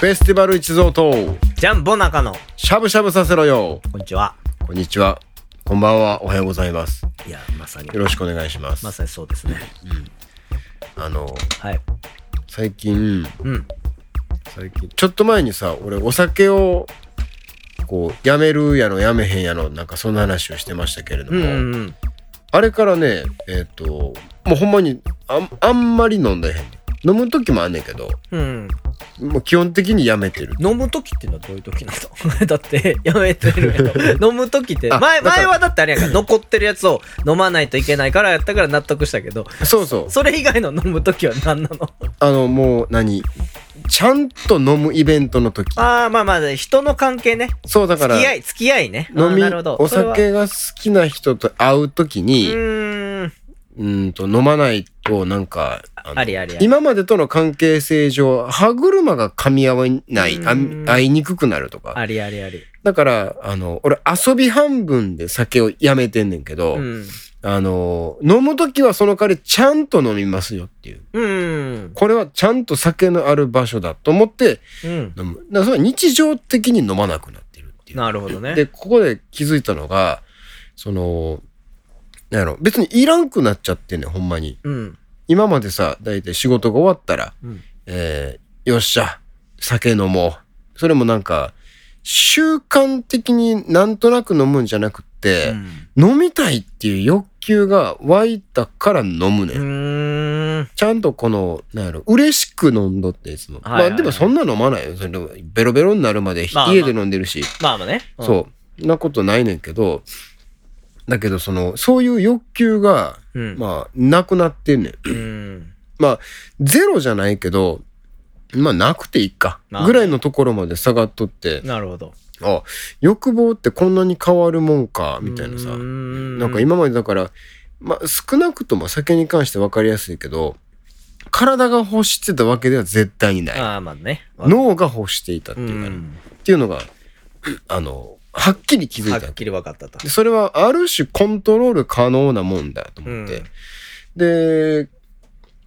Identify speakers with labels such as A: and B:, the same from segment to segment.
A: フェスティバル一蔵と
B: ジャンボ中野こ
A: しゃぶしゃぶさせろよ
B: んにちは
A: こんにちはこんばんはおはようございます
B: いやまさに
A: よろしくお願いします、
B: まさにそうですね
A: あの
B: はい
A: 最近
B: うん
A: 最近ちょっと前にさ俺お酒をこうやめるやのやめへんやのなんかそんな話をしてましたけれど
B: う
A: も、
B: んうんうん
A: あれからねえっ、ともうほんまにあんあんまり飲んでへん飲む時もあんねんけど
B: うん
A: もう基本的にやめてる
B: 飲む時っていうのはどういう時なのだ ってやめてるや ろ飲む時って
A: あ
B: 前
A: だから
B: 前はだってあれやんか残ってるやつを飲まないといけないからやったから納得したけど
A: そうそう
B: それ以外の飲む時は何なの
A: あのもう何ちゃんと飲むイベントの時
B: ああまあまあ人の関係ね
A: そうだか
B: 付
A: ら
B: き合い付き合いねあ
A: 飲
B: ー
A: み
B: なるほど
A: お
B: それは
A: 酒が好きな人と会う時
B: う
A: に
B: ーん
A: うんと飲まないとなんかあの
B: ありありあり
A: 今までとの関係性上歯車が噛み合わないあ
B: うん
A: 会いにくくなるとか
B: ありありあり
A: だからあの俺遊び半分で酒をやめてんねんけど、
B: うん
A: あの飲む時はその代わりちゃんと飲みますよっていう
B: うん
A: これはちゃんと酒のある場所だと思って
B: うん
A: 飲むだからそれは日常的に飲まなくなってるっていう
B: なるほどね
A: でここで気づいたのがそのなんやろ別にいらんくなっちゃってんねんほんまに
B: うん
A: 今までさ大体仕事が終わったら、
B: うん
A: えーよっしゃ酒飲もうそれもなんか習慣的になんとなく飲むんじゃなくって、飲みたいっていう欲求が湧いたから飲むね、、
B: うんん
A: ちゃんとこのなんやろ嬉しく飲んどっていつも、
B: はいはいはい
A: まあでもそんな飲まないよそれでもベロベロになるまで、
B: まあまあ
A: 家で飲んでるし
B: まあまあねうん
A: そう。なことないねんけど、だけどその、そういう欲求が、
B: うん
A: まあ、なくなってんねん。
B: うん
A: ゼロじゃないけど、まあ、なくていいか
B: まあ。ね
A: ぐらいのところまで下がっとって、
B: なるほど
A: あ、欲望ってこんなに変わるもんか、みたいなさ。な
B: なん
A: か今までだから、まあ、少なくとも酒に関して分かりやすいけど、体が欲してたわけでは絶対にない。
B: ああまあね
A: 脳が欲していたって
B: う
A: いうかね、
B: ん
A: っていうのが、あの、はっきり気づい
B: は
A: た
B: っきり分かったと
A: でそれはある種コントロール可能なもんだと思って、で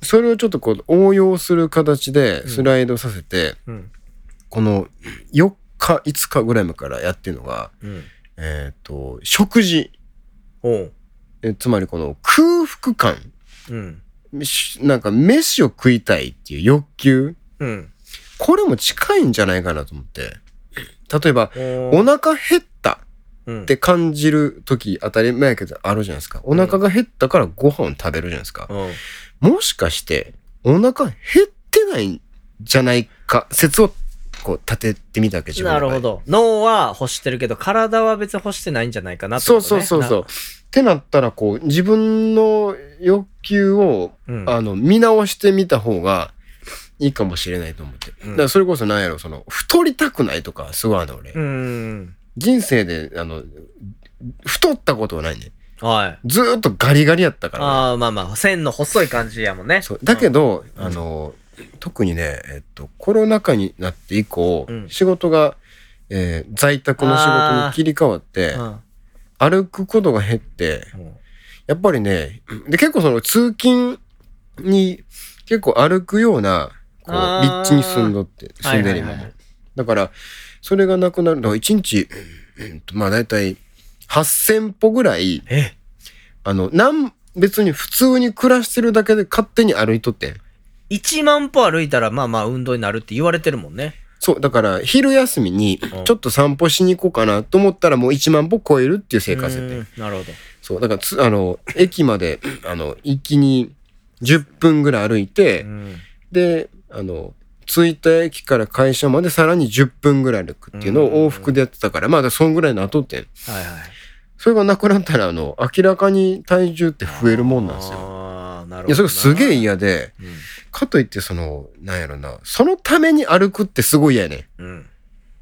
A: それをちょっとこう応用する形でスライドさせて、
B: うん
A: この4日5日ぐらい前からやってるのが、
B: うん
A: えっと食事
B: おう
A: えつまりこの空腹感
B: うん
A: しなんか飯を食いたいっていう欲求
B: うん
A: これも近いんじゃないかなと思って例えばお
B: お
A: 腹減った
B: っ
A: って感じる時当たり前やけどあるじゃないですかお腹が減ったからご飯を食べるじゃないですか、もしかしてお腹減ってないんじゃないか説をこう立ててみたわけ自分
B: な
A: の
B: る
A: 中
B: ほ
A: で
B: ど脳は欲してるけど体は別に欲してないんじゃないかなって
A: そ
B: こ
A: う
B: と
A: そう
B: ね
A: そうそうってなったらこう自分の欲求を、
B: うん
A: あの見直してみた方がいいかもしれないと思って、
B: うん
A: だからそれこそ何やろその太りたくないとかすごいあるの俺、
B: うん
A: 人生であの太ったことはないね
B: はい
A: ずーっとガリガリやったから俺
B: ああまあまあ線の細い感じやもんね
A: そうだけど、
B: うん
A: あの特にね、えっと、コロナ禍になって以降、
B: うん
A: 仕事が、えー在宅の仕事に切り替わって
B: う、ん
A: 歩くことが減って
B: うん
A: やっぱりねで結構その通勤に結構歩くようなこう
B: あー
A: 立地に住んどって住んでる今
B: はい
A: も、
B: はいはい
A: だからそれがなくなると1日、うんと、まあ大体8,000歩ぐらい
B: え
A: あのなん別に普通に暮らしてるだけで勝手に歩いとってん。
B: 1万歩歩いたらまあまあ運動になるって言われてるもんね
A: そう、だから昼休みに
B: うん
A: ちょっと散歩しに行こうかなと思ったらもう1万歩超えるっていう生活で。
B: うんなるほど
A: そう、だからつ、あの、駅まで、あの、行きに10分ぐらい歩いて、
B: うん
A: で、あの、着いた駅から会社までさらに10分ぐらい歩くっていうの
B: うんうんうん
A: を往復でやってたから、まあだからそんぐらいの後ってん。
B: はいはい
A: それがなくなったら、あの、明らかに体重って増えるもんなんですよ。
B: ああなるほどない
A: や、それがすげえ嫌で、
B: う
A: かといってその、なんやろな、そのために歩くってすごい嫌やねん。
B: ん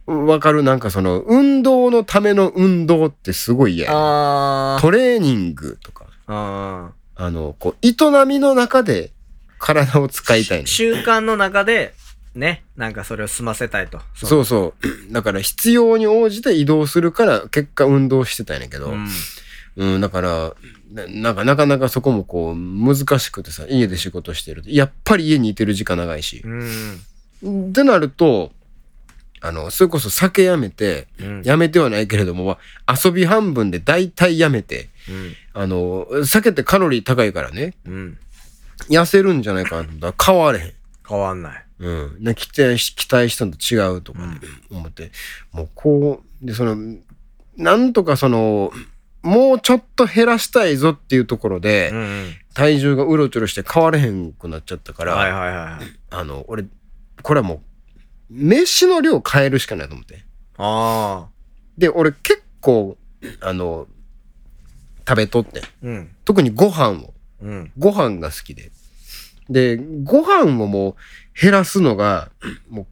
B: うん
A: わかるなんかその、運動のための運動ってすごい嫌や
B: あー
A: トレーニングとか、
B: あ
A: あの、こう、営みの中で体を使いたい
B: ー
A: の。
B: 習慣の中でねなんかそれを済ませたいとう
A: そうそう。 だから必要に応じて移動するから、結果運動してたんやけど、
B: うん
A: うん、だから、ななんかなかなかそこもこう、難しくてさ、家で仕事してると、やっぱり家にいてる時間長いし。
B: うん
A: ってなると、あの、それこそ酒やめて、
B: うん
A: やめてはないけれども、遊び半分で大体やめて、
B: うん
A: あの、酒ってカロリー高いからね、
B: うん
A: 痩せるんじゃないかなと思ったら変われへん。
B: 変わんない
A: うん。ね期待し、期待したのと違うとかね、思って。もうこう、で、その、なんとかその、もうちょっと減らしたいぞっていうところで、
B: うんうん
A: 体重がうろちょろして変われへんくなっちゃったから、
B: はいはいはいはい
A: あの、俺、これはもう、飯の量変えるしかないと思って。
B: ああ
A: で、俺結構、あの、食べとってん。
B: うん
A: 特にご飯を。
B: うん
A: ご飯が好きで。で、ご飯をもう減らすのが、もう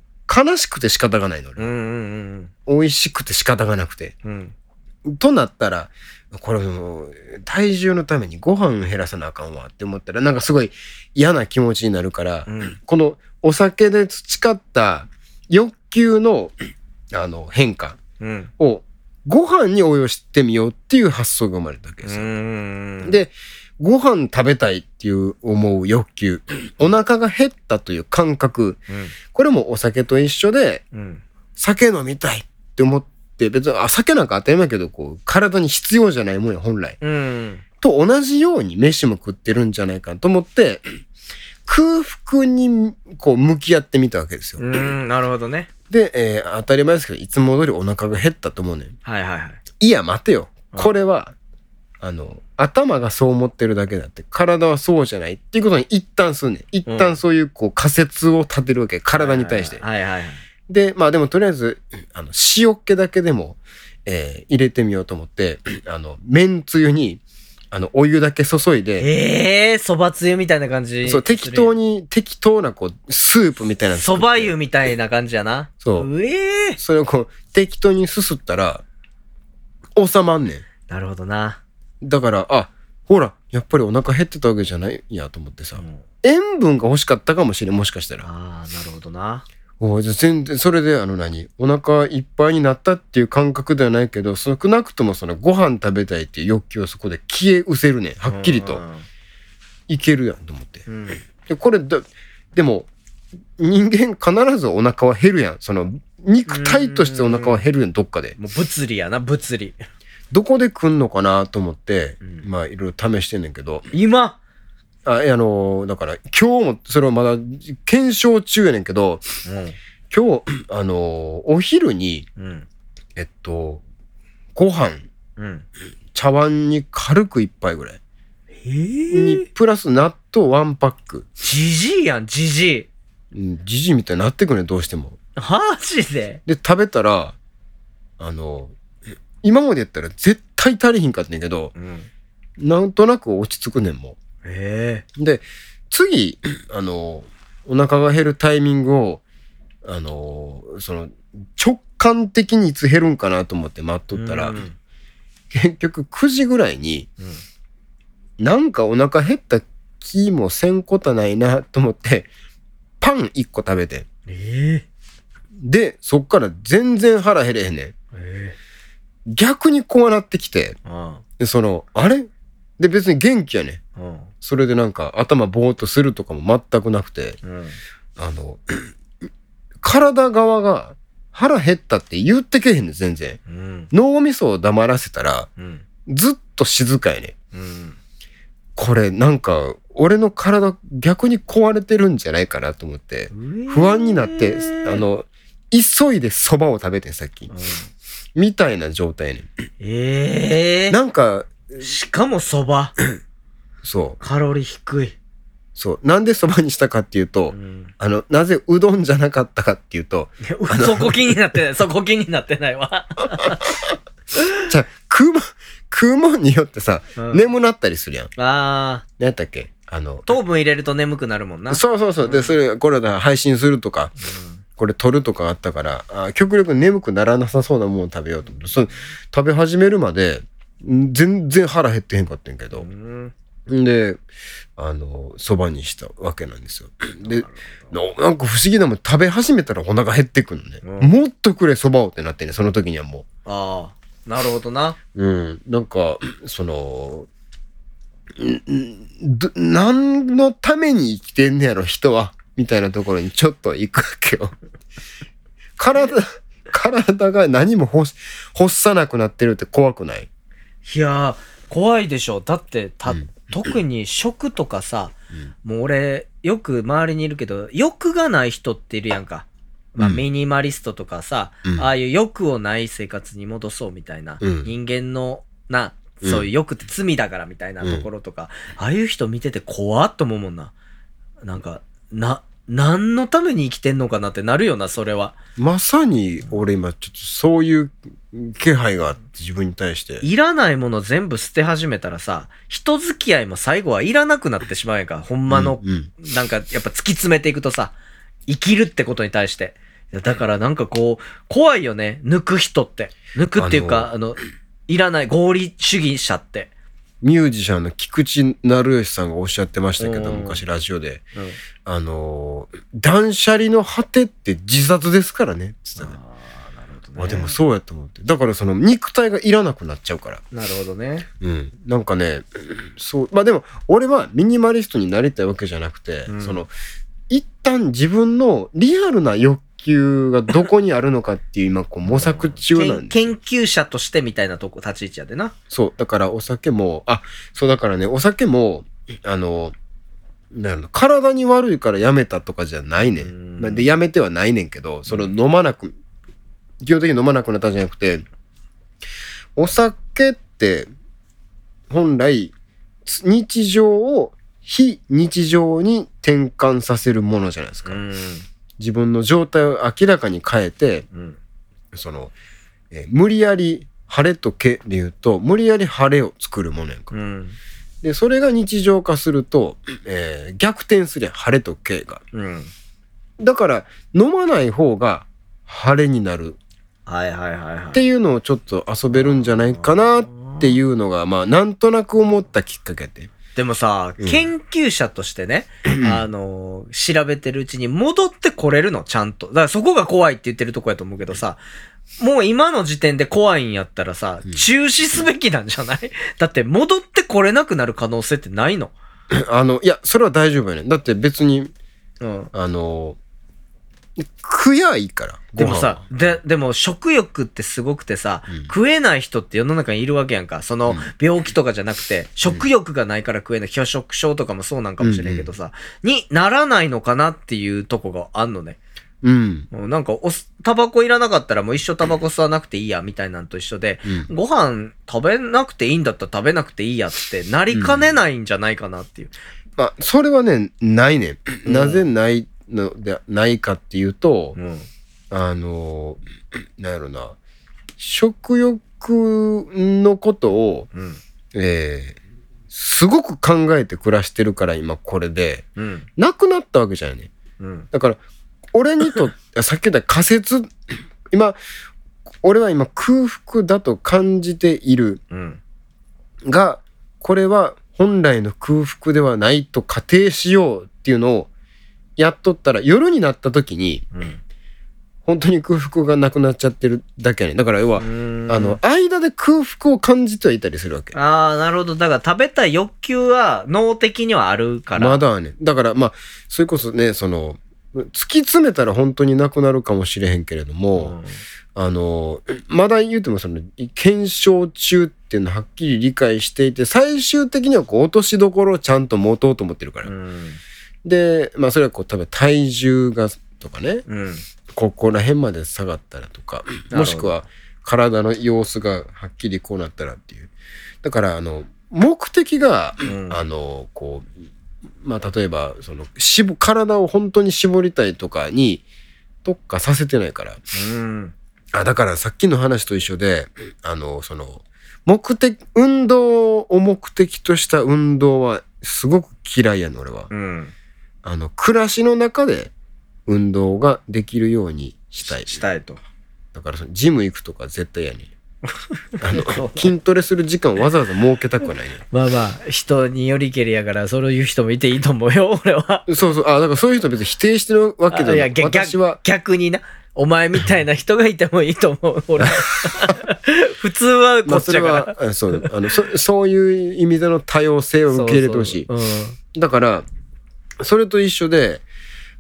A: 悲しくて仕方がないの。
B: う
A: 俺
B: んうん
A: 美味しくて仕方がなくて。
B: うんうん
A: となったら、これもう体重のためにご飯減らさなあかんわって思ったら、なんかすごい嫌な気持ちになるから、
B: うん
A: このお酒で培った欲求の、あの、変化
B: うん
A: をご飯に応用してみようっていう発想が生まれたわけですよ。
B: うん
A: で、ご飯食べたいっていう思う欲求、お腹が減ったという感覚、これもお酒と一緒で、
B: うんうん
A: 酒飲みたいって思って、別に、あ、酒なんか当たり前やけど、こう、体に必要じゃないもんや、本来。
B: うん
A: と同じように飯も食ってるんじゃないかと思って、空腹に、こう、向き合ってみたわけです
B: う
A: よ。
B: んなるほどね
A: で、えー当たり前ですけど、いつも通りお腹が減ったと思うねん。
B: はいはいはい
A: いや、待てよ。
B: うん
A: これは、あの、頭がそう思ってるだけだって、体はそうじゃないっていうことに一旦すんねん。一
B: う
A: 旦
B: ん
A: そういう、こう、仮説を立てるわけ。体に対して。
B: はいはいはい
A: で、まあでもとりあえず、あの、塩っ気だけでも、えー入れてみようと思って、あの、麺つゆに、あの、お湯だけ注いで、
B: ええそばつゆみたいな感じ
A: そう、適当
B: に
A: に、適当な、こう、スープみたいなの作
B: そ
A: って
B: ば湯みたいな感じやな
A: そう
B: ええ
A: それをこう、適当にすすったら、収まんねん。
B: なるほどな、
A: だから、あ、ほら、やっぱりお腹減ってたわけじゃないやと思ってさ、塩分が欲しかったかもしれん、もしかしたら。
B: ああなるほどな
A: おじゃあ全然、それであの何、お腹いっぱいになったっていう感覚ではないけど、少なくともそのご飯食べたいっていう欲求はそこで消え失せるねん。はっきりと。いけるやんと思って。
B: うん
A: で、これだ、でも、人間必ずお腹は減るやん。その、肉体としてお腹は減るやん、どっかで。
B: もう物理やな物理
A: どこで食んのかなと思って、
B: うん
A: まあいろいろ試してんねんけど、
B: 今
A: あ、いやあのー、だから、今日も、それはまだ検証中やねんけど、今日、あのー、お昼に、
B: うんうん
A: えっと、ご飯、
B: うん
A: 茶碗に軽く一杯ぐらい。
B: え
A: に、
B: ー、
A: プラス納豆ワンパック。
B: じじいやんじじい
A: うんじじいみたいになってくるねん、どうしても。
B: マジで
A: で、食べたら、あのー、今までやったら絶対足りひんかったんやけど、
B: うん
A: なんとなく落ち着くねん、も
B: え
A: う。で、次、あのー、お腹が減るタイミングを、あのー、その、直感的にいつ減るんかなと思って待っ
B: え
A: とったら、
B: うん
A: 結局9時ぐらいに、
B: うん
A: なんかお腹減った気もせんことないなと思って、パン1個食べて。
B: え
A: で、そっから全然腹減れへんねん。
B: ー、え
A: 逆にこうなってきて、
B: ー、あ
A: でその、あれで別に元気やねん。
B: あうん
A: それでなんか頭ぼーっとするとかも全くなくて、
B: うん
A: あの、 体側が腹減ったって言ってけへんねん、全然。
B: うん
A: 脳みそを黙らせたら、
B: うん
A: ずっと静かやねん。
B: うん
A: これなんか、俺の体逆に壊れてるんじゃないかなと思って。不安になって、あ、の、急いで蕎麦を食べてんさっき
B: うん。
A: みたいな状態ね。
B: ええ
A: なんか、
B: しかもそば
A: そう、
B: カロリー低い、
A: そう。なんで蕎麦にしたかっていうと
B: う、ん、
A: あの、なぜうどんじゃなかったかっていうと、
B: そこ気になってないそこ気になってないわ、
A: じゃあ食うもん、食うもんによってさ、
B: うん
A: 眠なったりするやん。
B: ああ
A: 何やったっけあの、
B: 糖分入れると眠くなるもんな
A: そうそうそう。で、それ、これだ、配信するとか、これ撮るとかあったから、あ極力眠くならなさそうなものを食べようと思って、その食べ始めるまで、ん全然腹減ってへんかったんやけ
B: う
A: ど、
B: ん
A: ん、で、あの、そばにしたわけなんですよ。
B: な
A: で
B: る、ほど
A: ななんか不思議なもん、食べ始めたらお腹減ってくんのね。
B: うん
A: もっとくれそばをってなってね、その時にはも
B: ああなるほどな
A: う。うん、なんか、その、んんど何のために生きてんねやろ、人は。みたいなところにちょっと行くわけよ。 体、体が何も欲し欲さなくなってるって怖くない
B: いやー、怖いでしょ。だって、た、
A: うん
B: 特に食とかさ、もう俺、よく周りにいるけど、欲がない人っているやんか。まあ、
A: うん
B: ミニマリストとかさ、
A: うん
B: ああいう欲をない生活に戻そうみたいな、
A: うん
B: 人間の、な、
A: うん
B: そういう欲って罪だからみたいなところとか、ああいう人見てて怖っと思うもんな。なんか、な、何のために生きてんのかなってなるよな、それは。
A: まさに俺今ちょっとそういう気配があって自分に対して。
B: いらないもの全部捨て始めたらさ、人付き合いも最後はいらなくなってしまうやんか。ほんまの
A: うんうん
B: なんか、やっぱ突き詰めていくとさ、生きるってことに対して。いやだからなんかこう、怖いよね。抜く人って。抜くっていうか、あの、いらない合理主義者って。
A: ミュージシャンの菊池成吉さんがおっしゃってましたけど、
B: うん
A: 昔ラジオで。あのー、断捨離の果てって自殺ですからね。つってたね
B: あ、なるほど
A: まあでもそうやと思って。だからその肉体がいらなくなっちゃうから。
B: なるほどね。
A: うん。なんかね、そう。まあでも、俺はミニマリストになりたいわけじゃなくて、
B: うん
A: その、一旦自分のリアルな欲求がどこにあるのかっていう今、こう模索中なん
B: 研
A: で。
B: 研究者としてみたいなとこ、立ち位置やでな。
A: そう。だからお酒も、あ、そうだからね、お酒も、あの、なんやろ体に悪いからやめたとかじゃないね
B: うん
A: ん。まあで、やめてはないねんけど、その飲まなく、基本的に飲まなくなったんじゃなくて、お酒って、本来、つ日常を非日常に転換させるものじゃないですか。
B: ん。
A: 自分の状態を明らかに変えて、
B: うん。
A: その、えー無理やり晴れとけで言うと、無理やり晴れを作るものやんか。
B: うん。
A: で、それが日常化すると、えー逆転すりゃ晴れとけが。
B: うん。
A: だから、飲まない方が晴れになる
B: はいはいはいはい。
A: っていうのをちょっと遊べるんじゃないかなっていうのが、まあ、なんとなく思ったきっかけで。
B: でもさ、
A: うん
B: 研究者として ね、あのー調べてるうちに戻ってこれるの、ちゃんと。だからそこが怖いって言ってるとこやと思うけどさ、もう今の時点で怖いんやったらさ、
A: うん
B: 中止すべきなんじゃない だって戻ってこれなくなる可能性ってないの。
A: あの、いや、それは大丈夫やねん。だって別に、
B: うん。
A: あの、食やいいから。
B: で
A: ご飯
B: も
A: は
B: さ、で、でも食欲ってすごくてさ、
A: うん
B: 食えない人って世の中にいるわけやんか。その
A: うん
B: 病気とかじゃなくて、食欲がないから食えない、拒食症とかもそうなんかもしれんけどさ、にならないのかなっていうとこがあんのね。
A: うん。
B: もうなんかおす、タバコいらなかったらもう一生タバコ吸わなくていいや、みたいなんと一緒で、
A: うん
B: ご飯食べなくていいんだったら食べなくていいやってなりかねないんじゃないかなっていう。
A: まあ、それはね、ないね
B: うん
A: ん。なぜないので、ないかっていうと、
B: うん。
A: あの、なんやろな、食欲のことを、
B: うん。
A: えーすごく考えて暮らしてるから今これで、
B: うん。
A: なくなったわけじゃないね。
B: うん。
A: だから、俺にとって、 さっき言った仮説、今、俺は今空腹だと感じている
B: うん。
A: が、これは本来の空腹ではないと仮定しようっていうのをやっとったら、夜になった時に、本当に空腹がなくなっちゃってるだけやねん。だから要は、
B: うん。
A: あの、、間で空腹を感じてはいたりするわけ。
B: ああ、なるほど。だから食べたい欲求は脳的にはあるから。
A: まだはね。だからまあ、それこそね、その、突き詰めたら本当になくなるかもしれへんけれど
B: う
A: も、
B: ん。
A: あの、まだ言うてもその、検証中っていうのをはっきり理解していて、最終的にはこう落としどころをちゃんと持とうと思ってるから。
B: うん。
A: で、まあそれはこう、例えば体重がとかね、
B: うん。
A: ここら辺まで下がったらとか、
B: ど
A: もしくは体の様子がはっきりこうなったらっていう。だから、あの、目的が、
B: うん
A: あの、こう、まあ、例えば、その、絞、体を本当に絞りたいとかに特化させてないから。
B: うん。
A: あ、だからさっきの話と一緒で、あの、その、目的、運動を目的とした運動はすごく嫌いやねん、俺は。
B: うん。
A: あの、暮らしの中で運動ができるようにしたい。
B: したいと。
A: だからそのジム行くとか絶 対やねん。あの、筋トレする時間をわざわざ設けたくはないね
B: まあまあ、人によりけりやから、それを言う人もいていいと思うよ、俺は。
A: ん。そうそう。あ、だからそういう人別に否定してるわけじゃな
B: あいや
A: い。
B: 逆
A: 私は、
B: 逆にな、お前みたいな人がいてもいいと思う、 俺。普通 はこ
A: まあ
B: っ
A: そ
B: ち
A: れ
B: やから。
A: は、あそう、あの、そそういう意味での多様性を受け入れてほしい。
B: そうそう
A: だから、それと一緒で、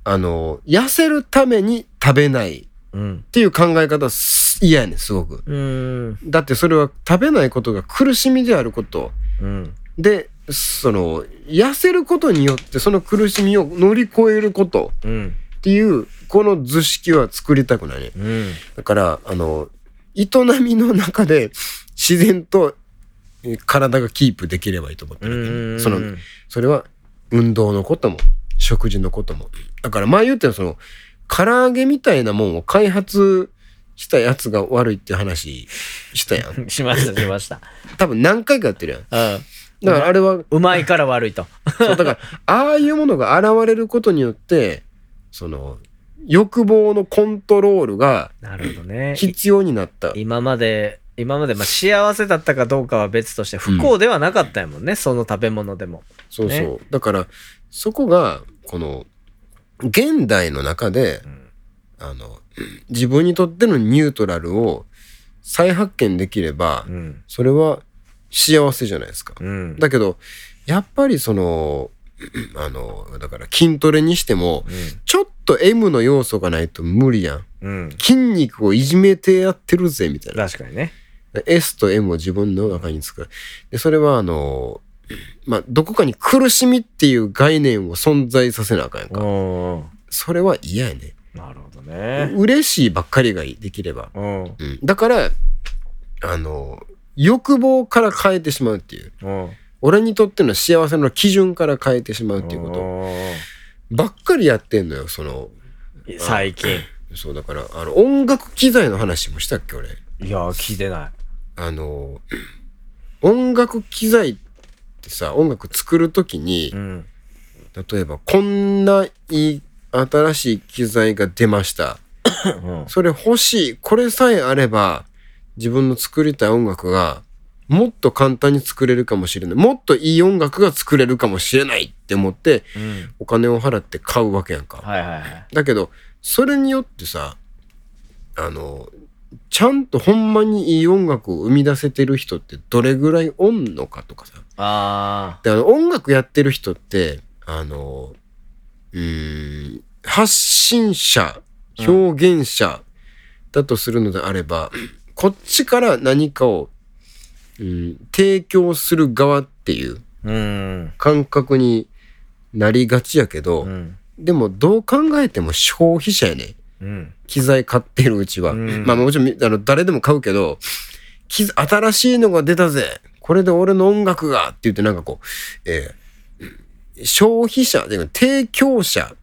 A: あの、痩せるために食べない
B: うん。
A: ていう考え方す嫌やねん、すごく。
B: うん。
A: だってそれは食べないことが苦しみであること。
B: うん。
A: で、その、痩せることによってその苦しみを乗り越えること
B: うん。
A: っていう、この図式は作りたくないね。
B: うん。
A: だから、あの、営みの中で自然とえ体がキープできればいいと思ってる。その、それは運動のことも、食事のことも。だから前言ったようにその、唐揚げみたいなもんを開発したやつが悪いって話したやん。
B: の、しました、しました。
A: 多分何回かやってるやん。
B: うん。
A: だからあれは、
B: うまいから悪いと。
A: そうだから、ああいうものが現れることによって、その、欲望のコントロールが
B: なるほどね。
A: 必要になった。
B: 今まで、今まで、まあ、幸せだったかどうかは別として、不幸ではなかったやもんね、その食べ物でも。
A: そうそう。
B: ね
A: だから、そこが、この、現代の中で、
B: うん
A: あの、自分にとってのニュートラルを再発見できれば
B: う、ん。
A: それは幸せじゃないですか。
B: うん。
A: だけど、やっぱりその、あの、だから筋トレにしても、ちょっと M の要素がないと無理やん。
B: うん。うん。
A: 筋肉をいじめてやってるぜ、みたいな。
B: 確かにね。
A: S と M を自分の中に作る。で、それはあの、まあ、どこかに苦しみっていう概念を存在させなあかんやんか。
B: うん。
A: それは嫌やね。
B: なるほどね。
A: 嬉しいばっかりがいいできれば。
B: うん。
A: うん。だから、あの、欲望から変えてしまうっていう。
B: うん。
A: 俺にとっての幸せの基準から変えてしまうっていうこと
B: と。
A: ばっかりやってんのよ、その。
B: 最近。
A: そう、だから、あの、音楽機材の話もしたっけ、俺。
B: いや、聞いてない。
A: あの、音楽機材ってさ、音楽作るときに
B: う、ん。
A: 例えばこんないい新しい機材が出ました。
B: うん
A: それ欲しい。これさえあれば、自分の作りたい音楽が、もっと簡単に作れるかもしれない。もっといい音楽が作れるかもしれないって思って、
B: うん。
A: お金を払って買うわけやんか。
B: はいはいはい。
A: だけど、それによってさ、あの、ちゃんとほんまにいい音楽を生み出せてる人ってどれぐらいおんのかとかさ。
B: あ
A: で、あの、音楽やってる人って、あの、うーん、発信者、表現者だとするのであれば、こっちから何かを、うん、提供する側っていう
B: ー。うん。
A: 感覚になりがちやけど、
B: うん。
A: でもどう考えても消費者やねん。
B: うん。
A: 機材買ってるうちは。
B: うん
A: まあもちろん、あの、誰でも買うけど、機材新しいのが出たぜこれで俺の音楽がって言ってなんかこう、えー消費者、でも提供者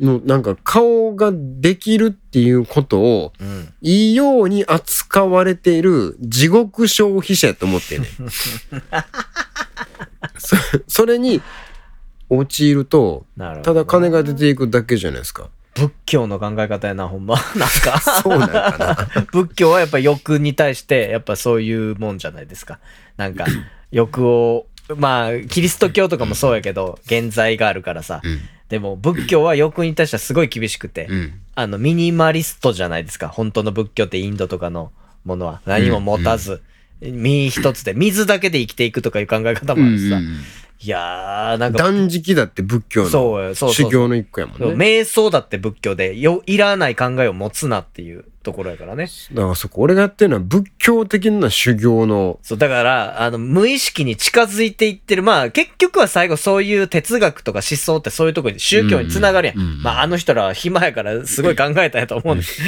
A: のなんか顔ができるっていうことを、
B: うん。
A: いいように扱われている地獄消費者やと思ってんねんそそれに陥ると、
B: なるほど。
A: ただ金が出ていくだけじゃないですか。
B: 仏教の考え方やな、ほんま。 なんか。
A: そうなんかな。
B: 仏教はやっぱ欲に対してやっぱそういうもんじゃないですかなんか欲をまあキリスト教とかもそうやけど現在があるからさ
A: うん
B: でも仏教は欲に対してはすごい厳しくて
A: うん
B: あのミニマリストじゃないですか本当の仏教ってインドとかのものは何も持たず身一つで水だけで生きていくとかいう考え方もあるしさいやーなんか
A: 断食だって仏教の
B: そうやそうそ
A: 修
B: うそう
A: 行の一個やもんね。
B: 瞑想だって仏教でよいらない考えを持つなっていうところやからね
A: だからそこ俺がやってるのは仏教的な修行の
B: そう、だから、あの、無意識に近づいていってる。まあ、結局は最後、そういう哲学とか思想ってそういうとこに、宗教につながるやん。
A: うんうんうんうん
B: まあ、あの人らは暇やから、すごい考えたんやと思うんです。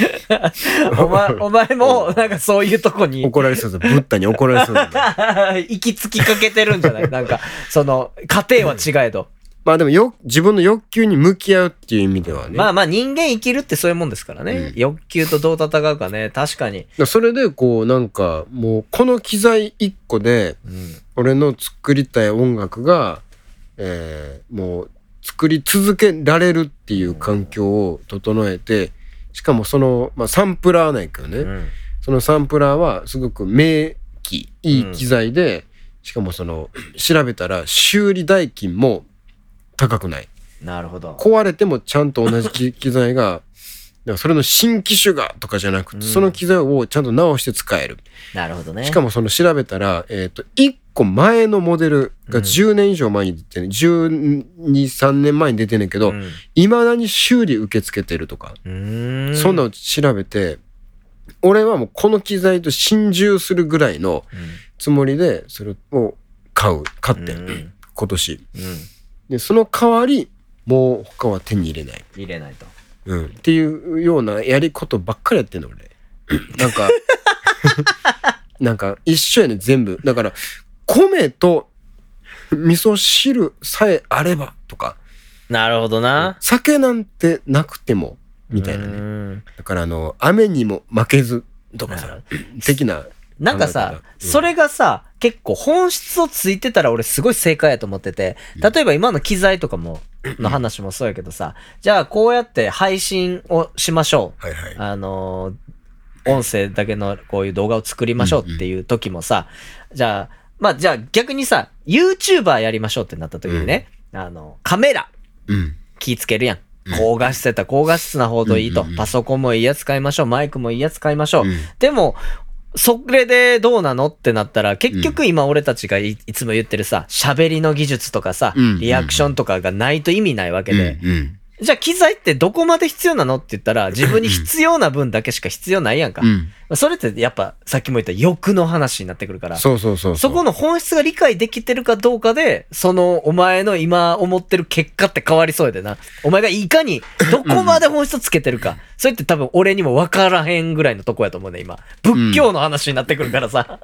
B: お前、お前も、なんかそういうとこに、
A: 怒られそうだブッダに怒られそうだな
B: 行き着きかけてるんじ ゃないなんか、その、過程は違えど。
A: まあでもよ自分の欲求に向き合うっていう意味ではね。
B: ま
A: だ
B: あまあ、人間生きるってそういうもんですから
A: うん
B: ね。欲求とどう戦うかね、確かに。
A: からそれでこうなんかもうこの機材一個で
B: うん。
A: 俺の作りたい音楽が、えーもう作り続けられるっていう環境を整えてしかもその、まあ、サンプラーなんやけどね、
B: うん
A: そのサンプラーはすごく名機、いい機材で、しかもその、調べたら修理代金も高くない。
B: なるほど。
A: 壊れてもちゃんと同じ機機材が、 だからそれの新機種がとかじゃなくて、
B: うん
A: その機材をちゃんと直して使える。
B: なるほどね。
A: しかもその調べたら、えっ、と、1個前のモデルが
B: うん
A: 10年以上前に出てね、12、3年前に出てんねんけど、
B: うん
A: いまだに修理受け付けてるとか、
B: うーん
A: そんなの調べて、俺はもうこの機材と心中するぐらいのつもりで、それを買う、買
B: う
A: っ
B: ん
A: てん、
B: うん
A: 今年。
B: うん
A: で、その代わり、もう他は手に入れない。
B: 入れないと
A: うん。っていうようなやりことばっかりやってんの、俺。なんか、 なんか一緒やねん全部。だから、米と味噌汁さえあればとか、
B: なるほどな
A: 酒なんてなくても、みたいなね。
B: ね
A: だからあの、雨にも負けずとか
B: な
A: さ、 的な。
B: なんか
A: 考え
B: さ
A: たら、うん
B: それがさ、結構本質をついてたら俺すごい正解やと思ってて、
A: うん
B: 例えば今の機材とかも、の話もそうやけどさ、じゃあこうやって配信をしましょ。。
A: はいはいう
B: あのー音声だけのこういう動画を作りましょうっていう時もさ、じゃあ、まあじゃあ逆にさ、YouTuber やりましょうってなった時にね、あの、カメラ
A: うん。
B: 気ぃつけるやん
A: うん。
B: 高画質やったら高画質な方といいと
A: うんうんう。ん
B: パソコンもいいやつ買いましょう。マイクもいいやつ買いましょう
A: う。ん
B: でも、それでどうなのってなったら、結局今俺たちがいいつも言ってるさ、喋りの技術とかさ
A: うん、
B: リアクションとかがないと意味ないわけで、
A: うん
B: じゃあ機材ってどこまで必要なのって言ったら、自分に必要な分だけしか必要ないやんか
A: う。ん。
B: それってやっぱさっきも言った欲の話になってくるから、
A: そうそうそう。
B: そこの本質が理解できてるかどうかで、そのお前の今思ってる結果って変わりそうやでな。お前がいかにどこまで本質つけてるか。それって多分俺にも分からへんぐらいのとこやと思うね、今。仏教の話になってくるからさ。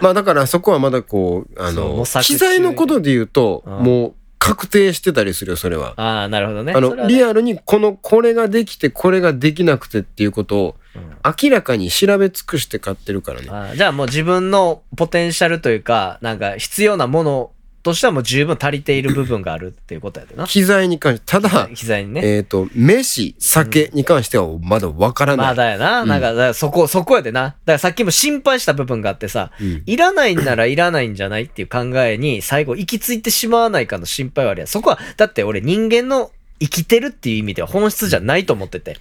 A: まあだからそこはまだこう、あ
B: そう模
A: の、
B: 索中
A: 機材のことで言うと、
B: うん
A: もう確定してたりするよ、それは。
B: ああ、なるほどね。
A: あ
B: それは
A: の、
B: ね
A: リアルにこの、これができて、これができなくてっていうことを
B: うん
A: 明らかに調べ尽くして買ってるからね。
B: あーじゃあもう自分のポテンシャルというか、なんか必要なものとしてはもう十分足りている部分があるっていうことやでな。
A: 機材に関して、ただ、
B: 機材にね。
A: えっと、飯、酒に関してはまだわから
B: ま
A: な
B: あ
A: い。
B: だよな。
A: うん
B: なんか、だからそこ、そこやでな。だからさっきも心配した部分があってさ、
A: うん
B: いらないんならいらないんじゃないっていう考えに最後行き着いてしまわないかの心配はあるやん。そこは、だって俺人間の生きてるっていう意味では本質じゃないと思ってて。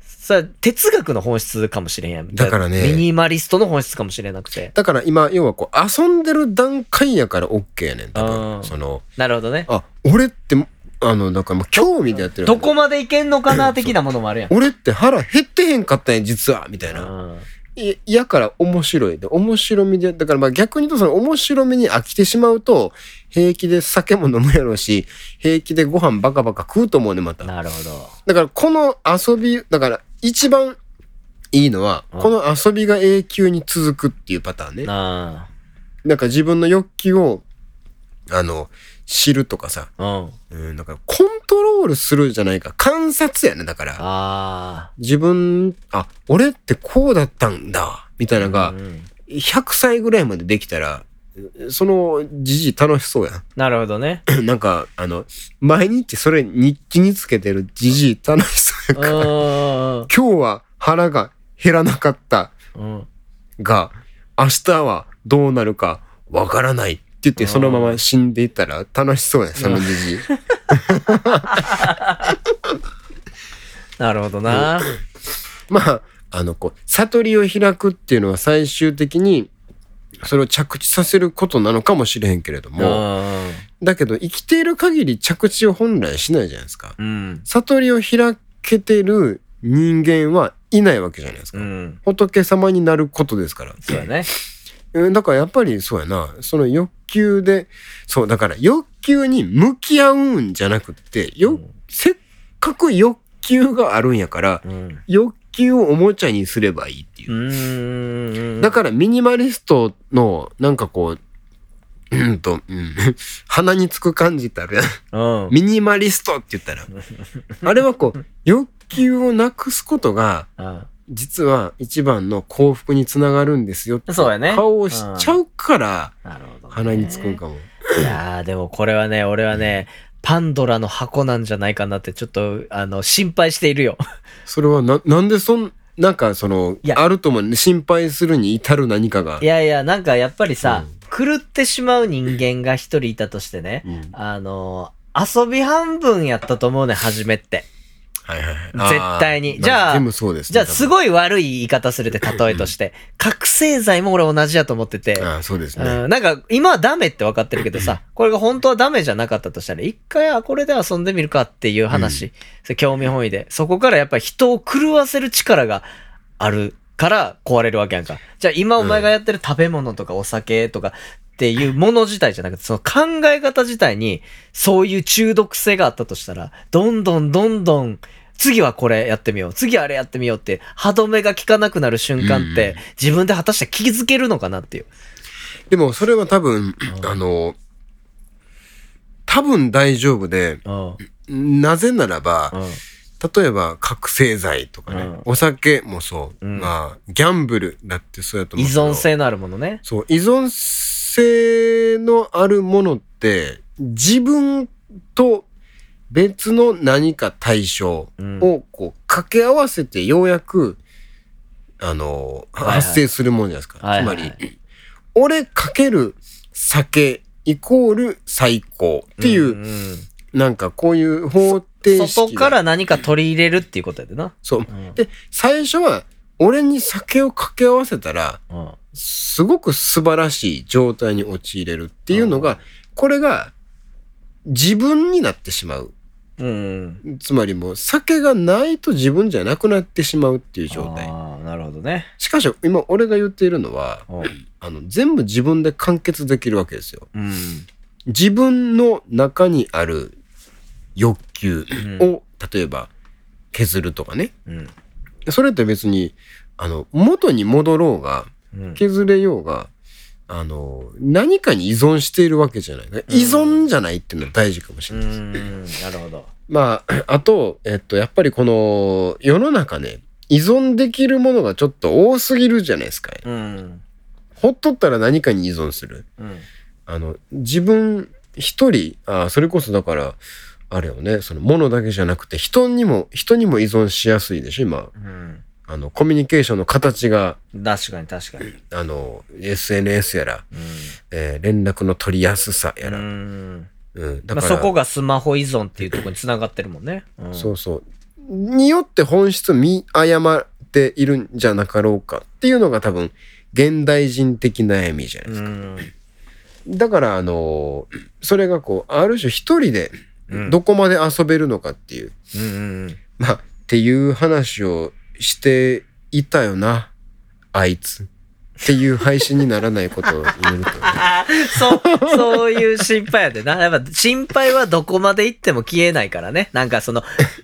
B: さ哲学の本質かもしれんやん。
A: だからね
B: ミニマリストの本質かもしれなくて。
A: だから今、要はこう、遊んでる段階やから OK やねん、多
B: あー
A: 分。その、
B: なるほどね。
A: あ、俺って、あの、だからもう興味でやってるよね
B: どこまでいけんのかな的なものもあるやん。
A: 俺って腹減ってへんかったんや、実は、みたいな。
B: うん
A: いやから面白いで面白みでだからまあ逆に言うとその面白みに飽きてしまうと平気で酒も飲むやろうし平気でご飯バカバカ食うと思うねまただ
B: なるほど。
A: からこの遊びだから一番いいのは
B: うん
A: この遊びが永久に続くっていうパターンね
B: な
A: なんか自分の欲求をあの知るとかさ
B: あ。うん。
A: うんだからコントロールするじゃないか観察やねだから
B: あ
A: 自分あ俺ってこうだったんだみたい
B: あ。
A: なのが、
B: うん
A: 100歳ぐらいまでできたら、そのじじい楽しそうや
B: なるほどね。
A: ん。 なんか、あの、毎日それ日記につけてるじじい楽しそう
B: う
A: やんか。
B: んうん
A: 今日は腹が減らなかった
B: うん。うん
A: が、明日はどうなるかわからないって言って、そのまま死んでいったら楽しそうやん、そのじじい。
B: なるほどな。
A: まあ、あの、こう、悟りを開くっていうのは最終的に、それを着地させることなのかもしれへんけれども、
B: も
A: だけど生きている限り着地を本来しないじゃないですか。
B: うん。うん。
A: 悟りを開けてる人間はいないわけじゃないですか。
B: うん。
A: 仏様になることですから。
B: そうやね。
A: うんだからやっぱりそうやな。その欲求で、そう、だから欲求に向き合うんじゃなくって、よ、
B: うん
A: せっかく欲求があるんやから、
B: うん。
A: 欲求をおもちゃにすればいいっていう
B: う。ーん。
A: だからミニマリストの、なんかこう、うんと、うん、鼻につく感じってあるやん。
B: ら、うん。
A: ミニマリストって言ったら、あれはこう、欲求をなくすことが、
B: あ
A: 実は一番の幸福につながるんですよって
B: そうやね
A: 顔をしちゃうから、
B: なるほど、ね。
A: 鼻につくん。かも。
B: いやー、でもこれはね、俺はね、パンドラの箱なんじゃないかなって、ちょっと、あの、心配しているよ。
A: それはな、なんでそん、なんかその
B: い、や
A: あると思うね。心配するに至る何かが
B: い。やいや、なんかやっぱりさ、狂ってしまう人間が一人いたとしてね、
A: うん
B: あの、遊び半分やったと思うね、初めって。
A: はいはいはい
B: 絶対に
A: あー
B: じゃあ
A: 全部そうですね、
B: じゃあ、す
A: い。
B: ごい悪い言い方するって、例えとして。覚醒剤も俺同じやと思ってて。
A: あーそうですね。
B: うん、なんか、今はダメって分かってるけどさ、これが本当はダメじゃなかったとしたら、一回、あ、これで遊んでみるかっていう話、それ興味本位で。そこからやっぱり人を狂わせる力があるから壊れるわけやんか。じゃあ今お前がやってる食べ物とかお酒とかっていうもの自体じゃなくて、その考え方自体にそういう中毒性があったとしたら、どんどんどんどん、次はこれやってみよう。次あれやってみようって、歯止めが効かなくなる瞬間っ
A: う
B: て、
A: ん
B: 自分で果たして気づけるのかなっていう。
A: でも、それは多分、あの、多分大丈夫で、
B: うん。
A: なぜならば、
B: うん。
A: 例えば覚醒剤とかね、
B: うん
A: お酒もそう、
B: うん
A: まあギャンブルだってそうやと思
B: 依
A: うけど
B: 存性のあるものね。
A: そう依存性のあるものって自分と別の何か対象
B: うん。
A: をこう掛け合わせてようやくあの
B: いはい
A: 発生するものじゃないですか、
B: はいはい
A: つまり俺かける酒イコール最高っていう、
B: んん
A: なんかこういう方程式が
B: 外から何か取り入れるっていうことやでな。
A: そう
B: うん
A: で、最初は、俺に酒を掛け合わせたら、
B: うん。
A: すごく素晴らしい状態に陥れるっていうのが、これが、自分になってしまう。
B: うん。
A: つまりもう、酒がないと自分じゃなくなってしまうっていう状態。
B: ああ、なるほどね。
A: しかし、今俺が言っているのは、
B: うん
A: あの、全部自分で完結できるわけですよ。
B: うん。
A: 自分の中にある欲求を、
B: う
A: 例えば、削るとかね。
B: うん。
A: それって別に、あの、元に戻ろうが、
B: うん。
A: 削れようが、あの、何かに依存しているわけじゃない。依存じゃないっていうのは大事かもし
B: う
A: れないです。
B: ん。なるほど。
A: まあ、 あと、えっと、やっぱりこの、世の中ね、依存できるものがちょっと多すぎるじゃないですか。
B: うん。
A: ほっとったら何かに依存する。
B: うん。
A: あの、自分一人、あそれこそだから、あれよね、その、物だけじゃなくて、人にも、人にも依存しやすいでしょ、今。
B: うん。
A: あの、コミュニケーションの形が、
B: 確かに確かに。
A: あの、SNS やら、
B: う
A: えー連絡の取りやすさや
B: ん。う
A: ら、
B: ん。
A: うん、だ
B: まあ
A: から、
B: そこがスマホ依存っていうところにつながってるもんね。うん
A: そうそうによって本質見誤っているんじゃなかろうかっていうのが多分現代人的悩みじゃないです
B: う
A: か、
B: ん。
A: だからあのーそれがこうある種一人で
B: うん
A: どこまで遊べるのかっていう、
B: うん。
A: まあっていう話をしていたよなあいつっていう配信にならないことを言える と
B: あーそう、そういう心配やでな。やっぱ心配はどこまで行っても消えないからね。なんかその、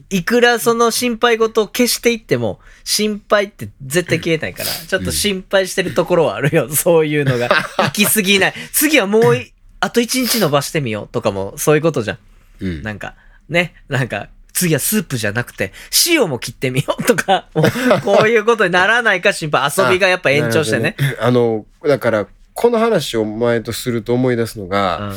B: いくらその心配事を消していっても、心配って絶対消えないから、ちょっと心配してるところはあるよ。そういうのが。行き過ぎない。次はもうい、あと一日伸ばしてみようとかも、そういうことじゃん。
A: うん
B: なんか、ね、なんか、次はスープじゃなくて、塩も切ってみようとか、もうこういうことにならないか心配。遊びがやっぱ延長し てね。
A: なるほどねあのだからこの話を前とすると思い出すのが、
B: うん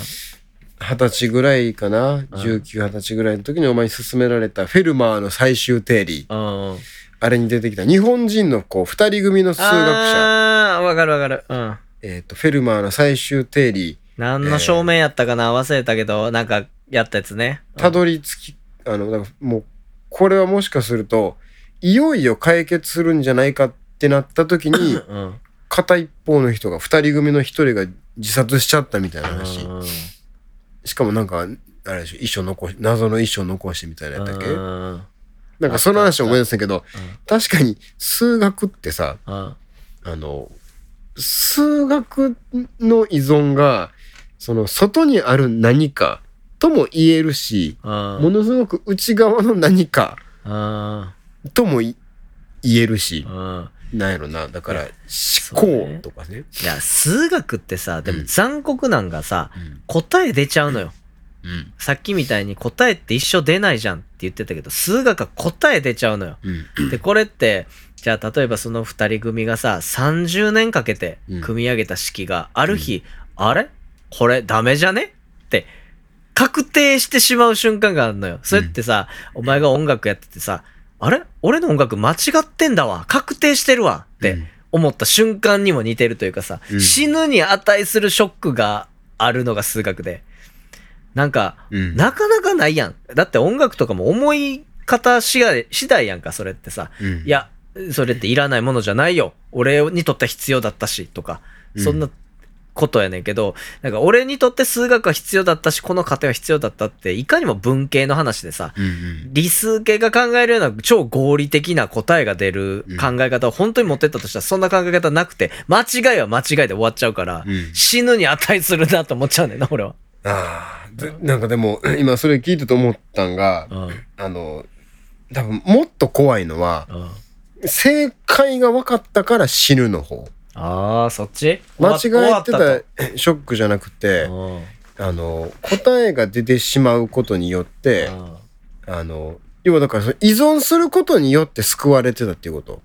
A: 二十歳ぐらいかな、19、二十歳ぐらいの時にお前に勧められたフェルマーの最終定理、
B: うん。
A: あれに出てきた日本人のこう二人組の数学者、
B: あーわかるわかる。うん。
A: えっ、と、フェルマーの最終定理、
B: 何の正面やったかな、忘れたけど、なんかやったやつね。、
A: たどり着き、あの、だからもう、これはもしかすると、いよいよ解決するんじゃないかってなった時に
B: うん。
A: 片一方の人が、二人組の一人が自殺しちゃったみたいな話。
B: うん
A: しかもなんか、あれでしょ、遺書残し、謎の遺書残してみたいなやったっけ、
B: うん
A: なんかその話を思い出したけど、確かに数学ってさ、
B: うん
A: あの、数学の依存が、その外にある何かとも言えるし、
B: うん
A: ものすごく内側の何か
B: うん
A: ともい言えるし、
B: うん
A: なんやろな。だから
B: い
A: 思
B: そう
A: 考
B: ね
A: とかね。
B: いや、数学ってさ、で
A: う
B: も
A: ん
B: 残酷なんがさ、
A: うん
B: 答え出ちゃうのよ。
A: うん
B: さっきみたいに答えって一生出ないじゃんって言ってたけど、数学は答え出ちゃうのよ。
A: うん
B: で、これって、じゃあ例えばその二人組がさ、30年かけて組み上げた式がある日、あれこれダメじゃねって、確定してしまう瞬間があるのよ。それってさ、お前が音楽やっててさ、あれ俺の音楽間違ってんだわ。確定してるわ。っ
A: う
B: て
A: ん
B: 思った瞬間にも似てるというかさ、
A: うん
B: 死ぬに値するショックがあるのが数学で。なんか、
A: うん
B: なかなかないやん。だって音楽とかも思い方次第次第やんか、それってさ。
A: うん
B: いや、それっていらないものじゃないよ。俺にとっては必要だったし、とか、
A: うん
B: そんなことやねんけど、なんか俺にとって数学は必要だったし、この過程は必要だったって、いかにも文系の話でさ、
A: うんうん
B: 理数系が考えるような超合理的な答えが出る
A: うん
B: 考え方を本当に持ってったとしたら、そんな考え方なくて、間違いは間違いで終わっちゃうから、
A: うん
B: 死ぬに値するなと思っちゃうねんな、俺は。
A: あーでなんかでも今それ聞いてと思ったんが
B: うん。うん。
A: あの多分もっと怖いのは正解が分かったから死ぬの方
B: ああ、そっち
A: 間違えてた
B: 終わっ
A: ショックじゃなく
B: た
A: て
B: とうん
A: あの答えが出てしまうことによって
B: うん
A: あの要はだからその依存することによって救われてたっていうこと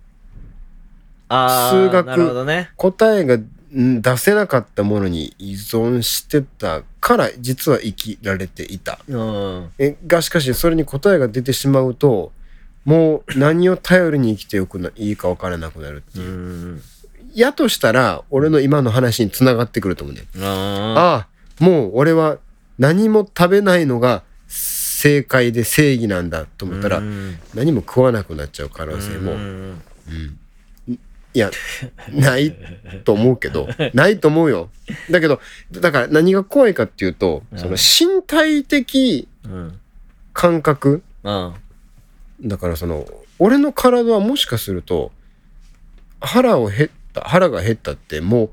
B: あ
A: 数
B: あ、
A: 学
B: なるほどね。
A: 答えがん出せなかったものに依存してたから実は生きられていた
B: うん。
A: えがしかしそれに答えが出てしまうともう何を頼りに生きてよくないいか分からなくなるって
B: う。
A: いうんやとしたら俺の今の話に繋がってくると思うんだよあ
B: あ
A: あもう俺は何も食べないのが正解で正義なんだと思ったら何も食わなくなっちゃう可能性も、うんいやないと思うけ どないと思うよだけどだから何が怖いかっていうとその身体的
B: うん。
A: 感覚
B: うん。
A: だからその俺の体はもしかすると腹を減った腹が減ったってもう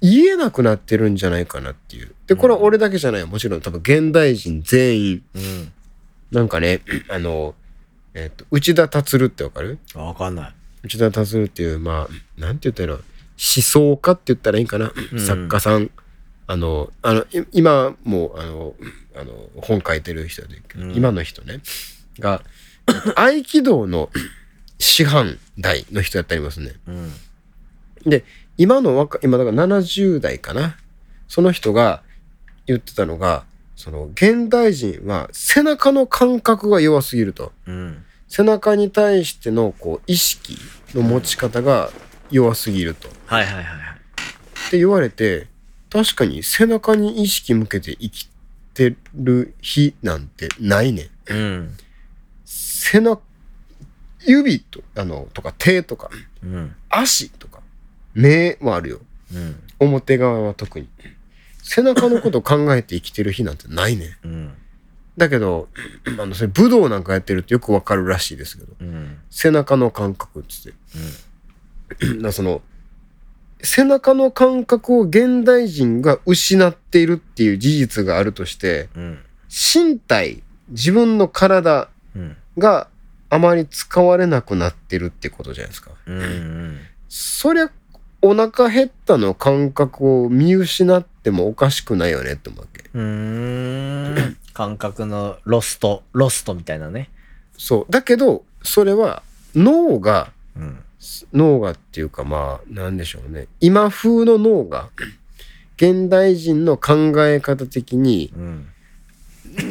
A: 言えなくなってるんじゃないかなっていうでこれは俺だけじゃないもちろん多分現代人全員
B: うん。
A: なんかね あの、えっと内田達郎ってわかる
B: わかんない。
A: 内田達郎っていうまあなんて言ったらいいの思想家って言ったらいいんかな、
B: うん
A: 作家さんあのあのい今もうあのあの本書いてる人で、
B: うん
A: 今の人ねが合気道の師範代の人やったりますね
B: うん。
A: で今の若今だから70代かなその人が言ってたのがその現代人は背中の感覚が弱すぎると。
B: うん。
A: 背中に対してのこう意識の持ち方が弱すぎると。っ
B: はいはいはいはい。
A: て言われて確かに背中に意識向けて生きてる日なんてないねん。
B: うん。
A: 背中指とあのとか手とか
B: うん。
A: 足とか目はあるよ
B: うん。
A: 表側は特に背中のことを考えて生きてる日なんてないねん。
B: うん。
A: だけどあのそれ武道なんかやってるとよくわかるらしいですけど
B: うん。
A: 背中の感覚っつって。なその背中の感覚を現代人が失っているっていう事実があるとして
B: うん。
A: 身体自分の体
B: うん。
A: があまり使われなくなってるってことじゃないですか。
B: うん。
A: そりゃお腹減ったの感覚を見失ってもおかしくないよねって思うわけ。
B: うん。感覚のロスト、ロストみたいなね。
A: そうだけどそれは脳が
B: うん。
A: 脳がっていうかまあなんでしょうね今風の脳が現代人の考え方的に
B: うん。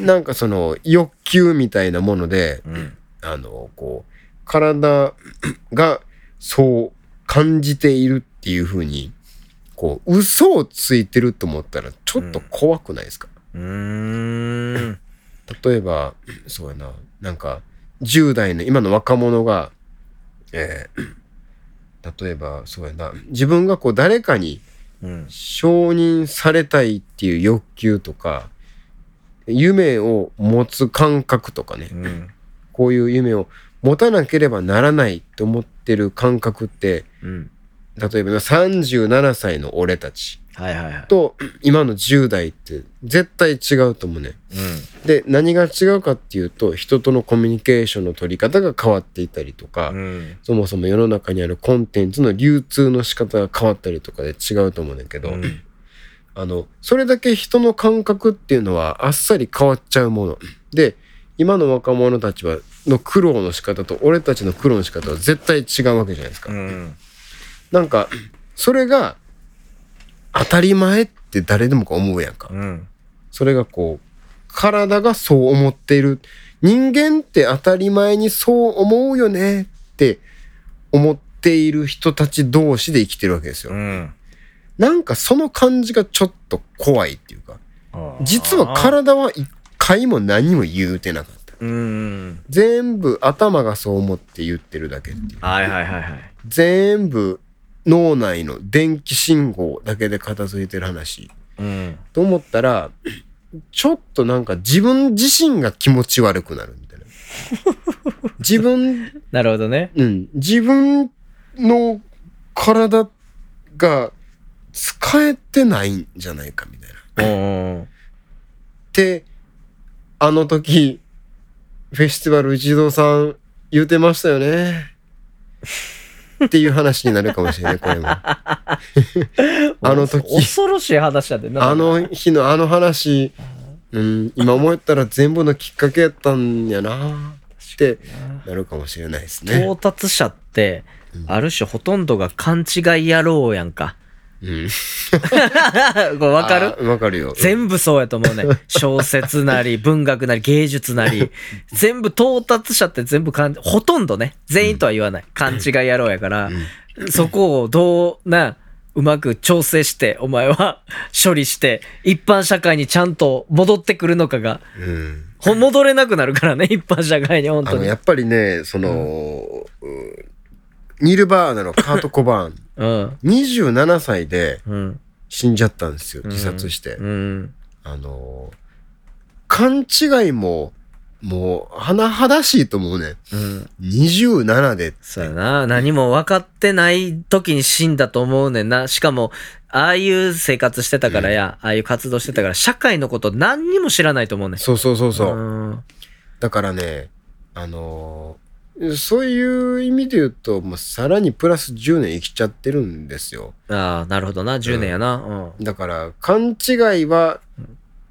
A: なんかその欲求みたいなもので、
B: うん。
A: あの、こう、体がそう感じているっていう風に、こう、嘘をついてると思ったらちょっと怖くないですか、
B: うん。
A: 例えば、そうやな、なんか、10代の今の若者が、えー例えば、そうやな、自分がこう誰かに
B: うん。
A: 承認されたいっていう欲求とか、夢を持つ感覚とかね、
B: うん。
A: こういう夢を持たなければならないと思ってる感覚って、
B: うん。
A: 例えば37歳の俺たち
B: はいはいはい。
A: と今の10代って絶対違うと思うね。で、何が違うかっていうと、人とのコミュニケーションの取り方が変わっていたりとか、
B: うん。うん。
A: そもそも世の中にあるコンテンツの流通の仕方が変わったりとかで違うと思うんだけど、
B: うん
A: あの、それだけ人の感覚っていうのはあっさり変わっちゃうもの。で、今の若者たちは、の苦労の仕方と俺たちの苦労の仕方は絶対違うわけじゃないですか。
B: うん。
A: なんか、それが当たり前って誰でもが思うやんか。
B: うん。
A: それがこう、体がそう思っている。人間って当たり前にそう思うよねって思っている人たち同士で生きてるわけですよ。
B: うん。
A: なんかその感じがちょっと怖いっていうか。実は
B: 体
A: 体は一回も何も言うてなかった。
B: うん。
A: 全部頭がそう思って言ってるだけっていう。
B: はいはいはいはい。
A: 全部脳内の電気信号だけで片付いてる話。
B: うん。
A: と思ったら、ちょっとなんか自分自身が気持ち悪くなるみたいな。自分、
B: なるほどね。
A: うん、自分の体が使えてないんじゃないかみたいな。
B: うん。
A: って、あの時、フェスティバル一同さん言うてましたよね。っていう話になるかもしれない、こ れも。あ
B: あ
A: の時
B: 恐ろしい話だでな。
A: の日のあの話、うん、今思ったら全部のきっかけやったんやなってなるかもしれないですね
B: 到。達者って
A: うん、
B: ある種ほとんどが勘違い野郎やんか。
A: うん。
B: これわかる
A: あわかるよ。
B: 全部そうやと 思うね。小説なり、文学なり、芸術なり、全部到達者って全部勘、ほとんどね、全員とは言わない。勘違い野郎やから、そこをどうな、うまく調整して、お前は処理して、一般社会にちゃんと戻ってくるのかが、
A: うん。
B: ほ戻れなくなるからね、 一般社会に、本
A: あ
B: 当
A: の、
B: に。
A: やっぱりね、その、うんニルバーナのカート・コバーン、
B: うん。
A: 27歳で
B: うん。
A: 死んじゃったんですよ、自殺して。
B: うん。
A: あのー勘違いも、もう、甚だしいと思うね。
B: うん。
A: 27で。
B: そうやな。何も分かってない時に死んだと思うねんな。しかも、ああいう生活してたからや、ああいう活動してたから、社会のこと何にも知らないと思うねん。
A: そうそうそうそう。
B: ん
A: だからね、あのーそういう意味で言うと、もうさらにプラス10年生きちゃってるんですよ。
B: ああ、なるほどな。10年やな。うん。
A: だから、勘違いは、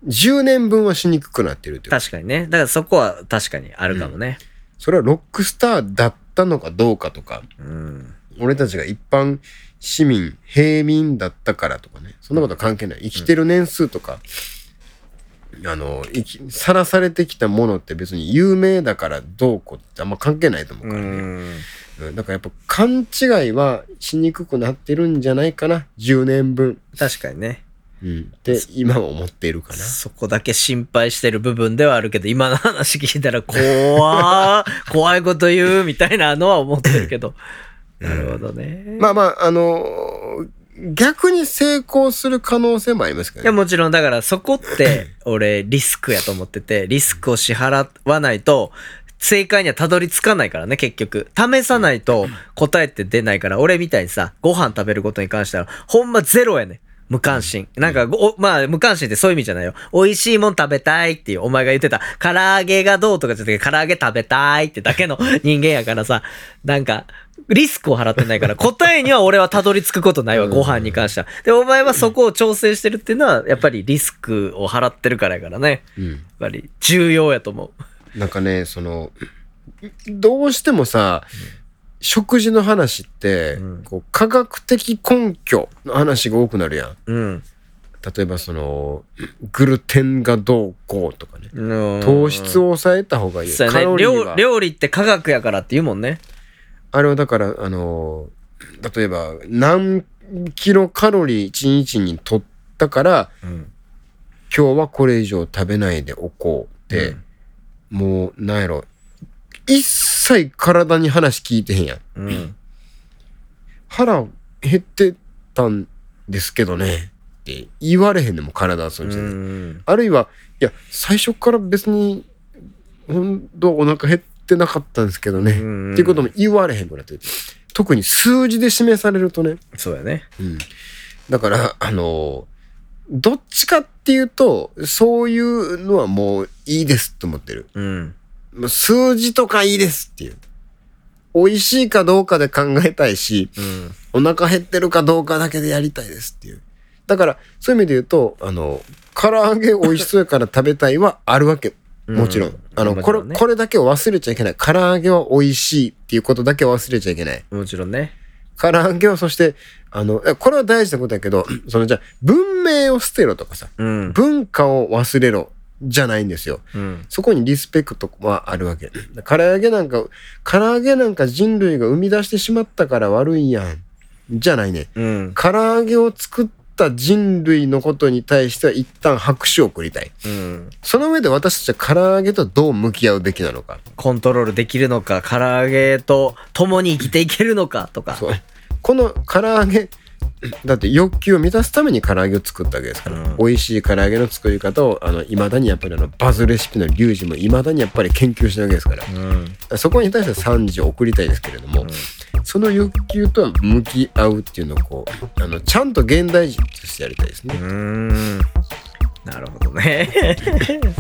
A: 10年分はしにくくなってるっていう。
B: 確かにね。だからそこは確かにあるかもね。
A: それはロックスターだったのかどうかとか、
B: うん。
A: 俺たちが一般市民、平民だったからとかね、そんなことは関係ない。生きてる年数とか、あの、生きさらされてきたものって別に有名だからどうこうってあんま関係ないと思う
B: う
A: からね。
B: ん。
A: うんだからやっぱ勘違いはしにくくなってるんじゃないかな、10年分。
B: 確かにね。
A: うん、って今は思っているかな。
B: そこだけ心配してる部分ではあるけど、今の話聞いたら怖 ー、怖いこと言うみたいなのは思ってるけど。なるほどね。
A: まあまあ、あのー逆に成功する可能性もありますけ
B: いや
A: どね。
B: もちろんだからそこ って俺リスクやと思っててリスクを支払わないと正解にはたどり着かないからね結局試さないと答えって出ないから俺みたいにさご飯食べることに関してはほんまゼロやねん無関心。なんかご、おまあ、無関心ってそういう意味じゃないよ。美味しいもん食べたいっていう、お前が言ってた、唐揚げがどうとかじゃなくて、唐揚げ食べたいってだけの人間やからさ、なんか、リスクを払ってないから、答えには俺はたどり着くことないわ、ご飯に関しては。で、お前はそこを調整してるっていうのは、やっぱりリスクを払ってるからやからね。
A: うん
B: やっぱり、重要やと思
A: なんかね、その、どうしてもさ、食事の話って、
B: うん
A: こう科学的根拠の話が多くなるやん。
B: う。うん。
A: 例えばその、グルテンがどうこうとかね。
B: 糖
A: 糖質を抑えた方がいい。
B: そう
A: カ
B: や
A: ロ
B: ね。
A: リー
B: 料
A: は。
B: 料理って科学やからって言うもんね。
A: あれはだから、あの、例えば何キロカロリー1日に取ったから、
B: うん。
A: 今日はこれ以上食べないでおこうって、もう、なんやろ。一切体に話聞いてへんやん。
B: うん。
A: 腹減ってたんですけどねって言われへんでも体はそううして、
B: ん。
A: あるいはいや最初から別に本当お腹減ってなかったんですけどね、
B: うん
A: っていうことも言われへんくなってる特に数字で示されるとね、
B: そうやね。
A: うん、だからあのどっちかっていうとそういうのはもういいですと思ってる
B: うん。
A: もう数字とかいいですっていう美味しいかどうかで考えたいし、
B: うん。
A: お腹減ってるかどうかだけでやりたいですっていう。だから、そういう意味で言うと、あの、唐揚げ美味しそうやから食べたいはあるわけ。もちろん。あの、
B: もち
A: こ
B: ろ
A: れ、
B: んね
A: これだけを忘れちゃいけない。唐揚げは美味しいっていうことだけは忘れちゃいけない。
B: もちろんね。
A: 唐揚げはそして、あの、えこれは大事なことやけど、 そのじゃあ文明を捨てろとかさ、
B: うん。
A: 文化を忘れろじゃないんですよ。
B: うん。
A: そこにリスペクトはあるわけ。唐揚げなんか、唐揚げなんか人類が生み出してしまったから悪いやん。じゃないね。
B: うん。
A: 唐揚げを作っった人類のことに対しては一旦拍手を送りたい。
B: うん。
A: その上で私たちは唐揚げとどう向き合うべきなのか。
B: コントロールできるのか、唐揚げと共に生きていけるのかとか。
A: そうこの唐揚げだって欲求を満たすために唐揚げを作ったわけですから、
B: うん
A: 美味しい唐揚げの作り方をあの未だにやっぱりあのバズレシピのリュウジも未だにやっぱり研究してるわけですから
B: うん。
A: そこに対して賛辞を送りたいですけれども、その欲求とは向き合うっていうのをこうあのちゃんと現代人としてやりたいです
B: う
A: ね。
B: ん。なるほどね。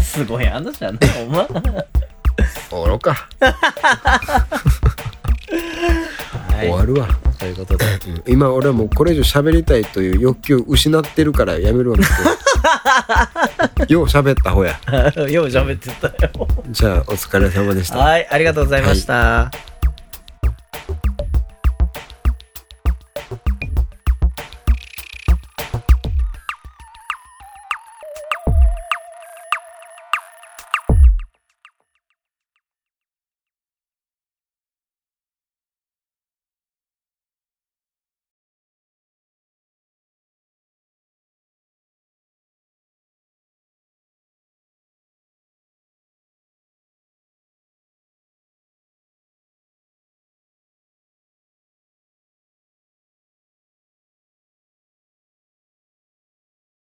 B: すごい話だな、お前。
A: 愚か、
B: は
A: 終わるわ、
B: ということで。
A: うん今俺はもうこれ以上喋りたいという欲求を失ってるからやめるわけですよよう喋った方や
B: よう喋ってたよ。
A: じゃあお疲れ様でした。
B: はい、ありがとうございました。